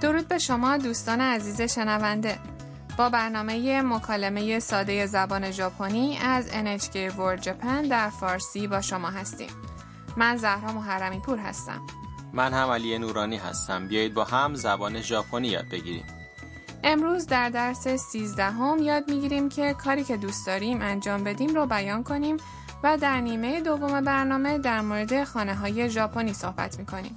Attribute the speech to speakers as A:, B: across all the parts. A: درود به شما دوستان عزیز شنونده با برنامه مکالمه ساده زبان ژاپنی از NHK World Japan در فارسی با شما هستیم من زهرا محرمی پور هستم
B: من هم علی نورانی هستم بیایید با هم زبان ژاپنی یاد بگیریم
A: امروز در درس سیزدهم یاد میگیریم که کاری که دوست داریم انجام بدیم رو بیان کنیم و در نیمه دوم برنامه در مورد خانه های ژاپنی صحبت میکنیم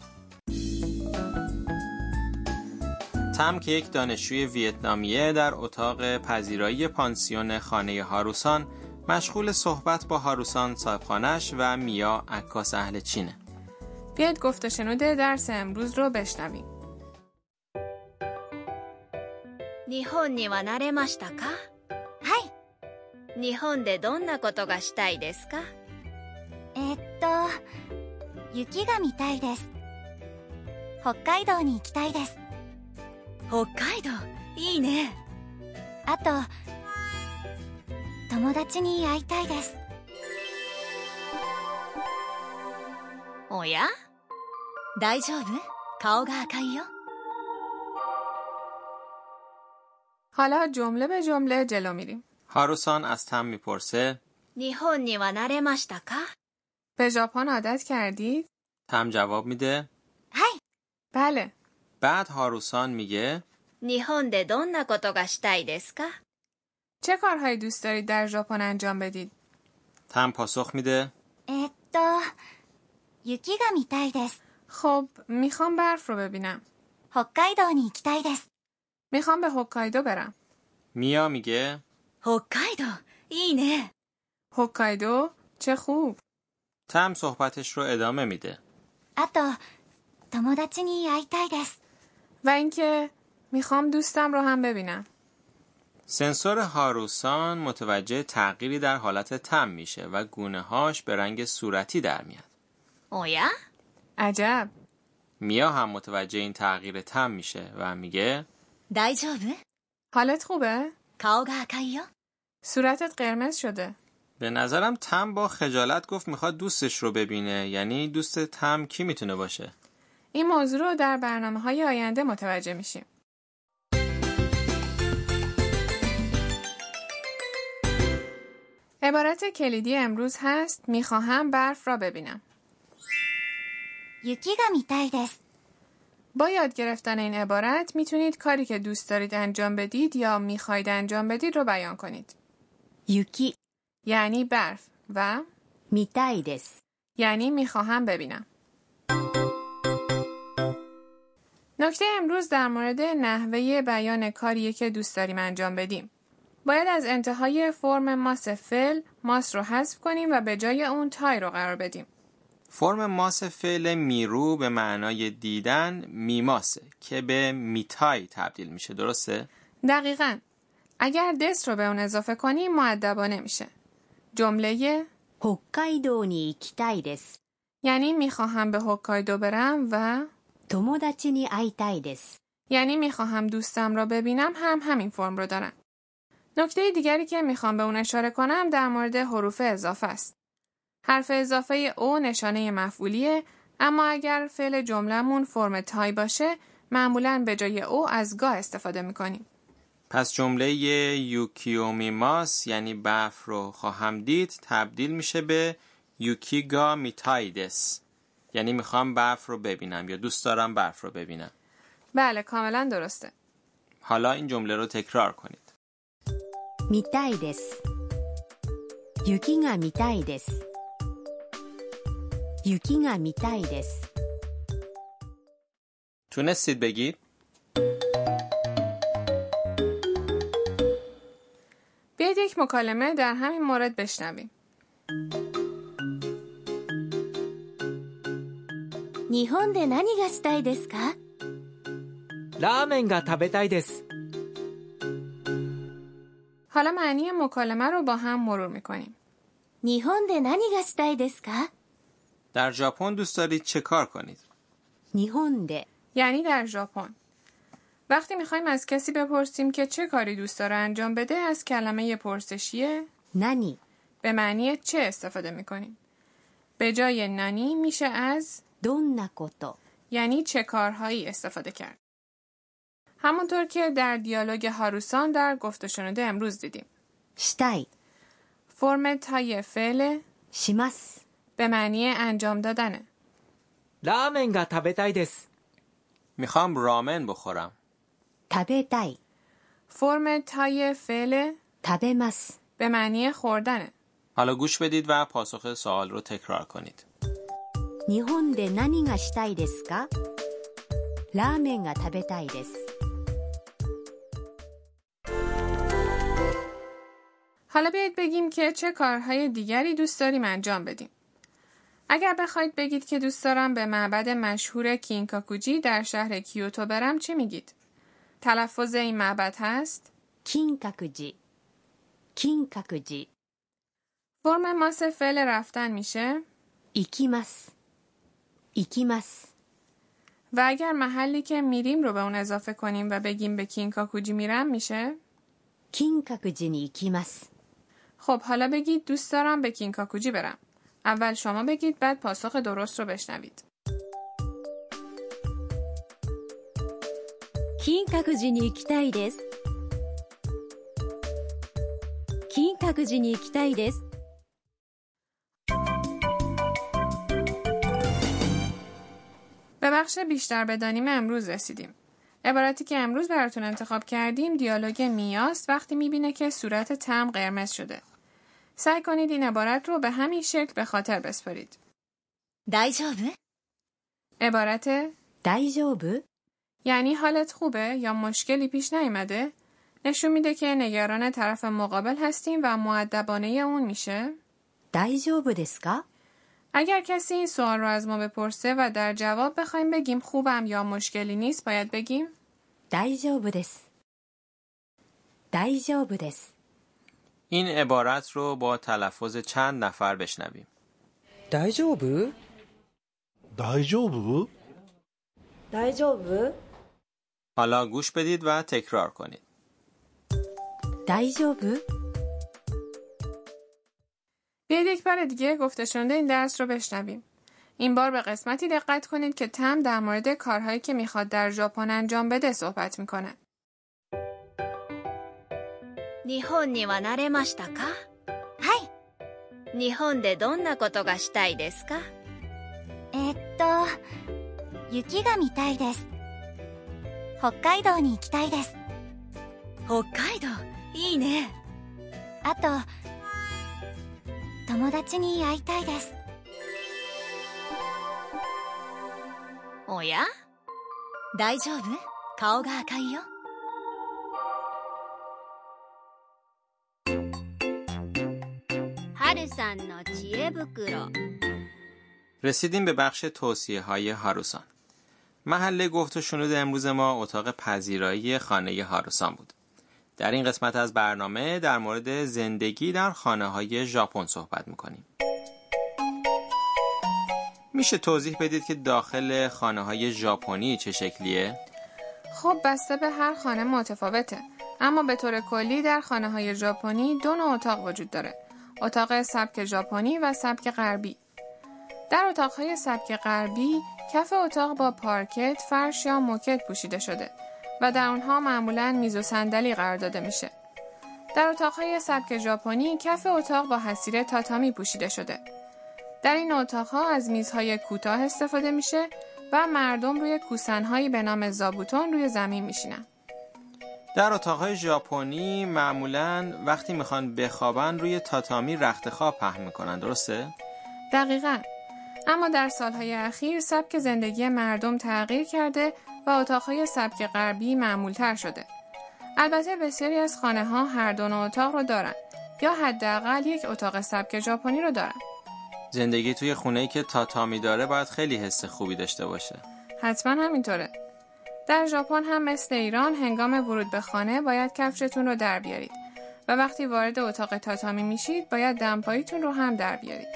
B: تم که یک دانشجوی ویتنامیه در اتاق پذیرایی پانسیون خانه هاروسان مشغول صحبت با هاروسان صاحبخانش و میا عکاس اهل چینه
A: بیاید گفت و شنود درس امروز رو بشنویم
C: 日本には慣れましたかはい日本でどんなことがしたいですか
D: えっと雪が見たいです北海道に行きたいです
C: 北海道いいね
D: あと友達に会いたいです
C: おや大丈夫顔が赤いよ
A: حالا جمله به جمله جلو میریم
B: هاروسان از تم میپرسه
C: 日本には慣れましたか
A: به ژاپن عادت کردید
B: تم جواب میده
D: はい
A: بله
B: بعد هاروسان میگه
C: 日本でどんなことがしたいですか
A: چه کارهایی دوست دارید در ژاپن انجام بدید
B: تم پاسخ میده
D: えっと雪が見たいです
A: خب میخوام برف رو ببینم
D: 北海道に行きたいです
A: میخوام به هوکایدو برم
B: میا میگه
C: 北海道いいね
A: هوکایدو چه خوب
B: تم صحبتش رو ادامه میده
D: あと友達に会いたいです
A: و اینکه میخوام دوستم رو هم ببینم
B: سنسور هاروسان متوجه تغییری در حالت تم میشه و گونه هاش به رنگ صورتی در میاد
C: おや
A: عجب
B: میا هم متوجه این تغییر تم میشه و میگه
C: 大丈夫
A: حالت خوبه
C: 顔が赤いよ
A: صورتت قرمز شده
B: به نظرم تم با خجالت گفت میخواد دوستش رو ببینه یعنی دوست تم کی میتونه باشه
A: این موضوع رو در برنامه های آینده متوجه میشیم عبارت کلیدی امروز هست میخواهم برف را ببینم
D: 雪が見たいです
A: با یاد گرفتن این عبارت میتونید کاری که دوست دارید انجام بدید یا میخواهید انجام بدید رو بیان کنید
C: 雪
A: یعنی برف و
C: 見たいです
A: یعنی میخواهم ببینم نکته امروز در مورد نحوه بیان کاریه که دوست داریم انجام بدیم. باید از انتهای فرم ماس فعل ماس رو حذف کنیم و به جای اون تای رو قرار بدیم.
B: فرم ماس فعل میرو به معنای دیدن میماسه که به میتای تبدیل میشه درسته؟
A: دقیقا اگر دس رو به اون اضافه کنیم معدبانه میشه. جمله
C: 北海道に行きたいです
A: یعنی میخواهم به هوکایدو برم و
C: 友達に会いたいです
A: یعنی میخواهم دوستم را ببینم هم همین فرم رو دارن. نکته دیگری که میخوام به اون اشاره کنم در مورد حروف اضافه است. حرف اضافه او نشانه مفعولیه اما اگر فعل جملهمون فرم تای باشه معمولا به جای او از گاه استفاده میکنیم.
B: پس جمله یوکیومیماس یعنی برف رو خواهم دید تبدیل میشه به یوکیگا میتایدس یعنی میخوام برف رو ببینم یا دوست دارم برف رو ببینم
A: بله کاملا درسته.
B: حالا این جمله رو تکرار کنید
C: 見たいです雪が見たいです雪が見たいです
B: تونستید بگید؟
A: بیاید یک مکالمه در همین مورد بشنویم.
D: 日本で何がしたいですか
E: ラーメンが食べたいです。
A: حالا معنی مکالمه رو با هم مرور میکنیم.
D: 日本で何がしたいですか
B: در ژاپن دوست دارید چه کار کنید؟
C: 日本で
A: یعنی در ژاپن وقتی میخوایم از کسی بپرسیم که چه کاری دوست داره انجام بده از کلمه پرسشیه
C: 何
A: به معنی چه استفاده میکنیم به جای نانی میشه از
C: どんなこと
A: یعنی چه کارهایی استفاده کرد همونطور که در دیالوگ هاروسان در گفت و شنوده امروز دیدیم.
F: したい
A: فرم تای فعل
F: します
A: به معنی انجام دادنه.
E: ラーメンが食べたいです。
B: میخوام رامن بخورم
F: 食べたい
A: فرم تای فعل
F: 食べます
A: به معنی خوردنه.
B: حالا گوش بدید و پاسخ سوال رو تکرار کنید
F: 日本で何がしたいですかラーメンが食べたいです
A: حالا بیایید بگیم که چه کارهای دیگری دوست داریم انجام بدیم. اگر بخواید بگید که دوست دارم به معبد مشهور کینکاکوجی در شهر کیوتو برم چی میگید؟ تلفظ این معبد هست؟
F: 金閣寺金閣寺
A: فرم ماس فعل رفتن میشه
F: 行きます行きます
A: و اگر محلی که میریم رو به اون اضافه کنیم و بگیم به کینکاکوجی میرم میشه؟
F: 金閣寺に行きます
A: خب حالا بگید دوست دارم به کینکاکوجی برم. اول شما بگید بعد پاسخ درست رو بشنوید.
F: 金閣寺に行きたいです金閣寺に行きたいです
A: به بخش بیشتر بدانیم امروز رسیدیم. عبارتی که امروز براتون انتخاب کردیم دیالوگ میاست وقتی میبینه که صورت تم قرمز شده. سعی کنید این عبارت رو به همین شکل به خاطر بسپارید.
D: 大丈夫
A: عبارت
F: 大丈夫
A: یعنی حالت خوبه یا مشکلی پیش نیامده نشون میده که نگران طرف مقابل هستیم و معدبانه اون میشه.
F: 大丈夫ですか
A: اگر کسی این سوال رو از ما بپرسه و در جواب بخوایم بگیم خوبم یا مشکلی نیست باید بگیم
F: 大丈夫です大丈夫です
B: این عبارت رو با تلفظ چند نفر بشنویم
E: 大丈夫
G: 大丈夫
H: 大丈夫
B: حالا گوش بدید و تکرار کنید
F: 大丈夫
A: بیاید یک بار دیگه گفته شده این درس رو بشنویم. این بار به قسمتی دقت کنید که تم در مورد کارهایی که میخواد در ژاپن انجام بده صحبت میکنه.
C: 日本には慣れましたか
D: はい
C: 日本でどんなことがしたいですか
D: えっと雪が見たいです北海道に行きたいです
C: 北海道いいね
D: あと友達に会いたいです
C: おや
D: 大丈夫顔が赤いよ
C: 春さんの知恵袋
B: رسیدیم به بخش توصیه های هاروسان محل گفت و شنود امروز ما اتاق پذیرایی خانه هاروسان بود در این قسمت از برنامه در مورد زندگی در خانه های ژاپن صحبت میکنیم میشه توضیح بدید که داخل خانه های ژاپنی چه شکلیه؟
A: خب بسته به هر خانه متفاوته. اما به طور کلی در خانه های ژاپنی دو نوع اتاق وجود داره. اتاق سبک ژاپنی و سبک غربی. در اتاقهای سبک غربی کف اتاق با پارکت، فرش یا موکت پوشیده شده و در اونها معمولا میز و صندلی قرار داده میشه. در اتاقهای سبک ژاپنی کف اتاق با حسیر تاتامی پوشیده شده. در این اتاقها از میزهای کوتاه استفاده میشه و مردم روی کوسنهایی به نام زابوتون روی زمین میشینن.
B: در اتاقهای ژاپنی معمولا وقتی میخوان بخوابن روی تاتامی رخت خواب پهن میکنن درسته؟
A: دقیقا. اما در سالهای اخیر سبک زندگی مردم تغییر کرده و اتاقهای سبک غربی معمولتر شده. البته بسیاری از خانه ها هر دو نوع اتاق رو دارن یا حداقل یک اتاق سبک ژاپنی رو دارن.
B: زندگی توی خونه که تاتامی داره باید خیلی حس خوبی داشته باشه
A: حتما همینطوره. در ژاپن هم مثل ایران هنگام ورود به خانه باید کفشتون رو در بیارید و وقتی وارد اتاق تاتامی میشید باید دمپاییتون رو هم در بیارید.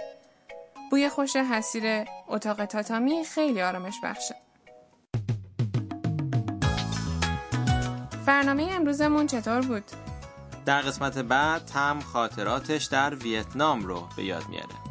A: بوی خوش حسیر اتاق تاتامی خیلی آرامش بخشه. برنامه امروزمون چطور بود؟
B: در قسمت بعد تم خاطراتش در ویتنام رو به یاد میاره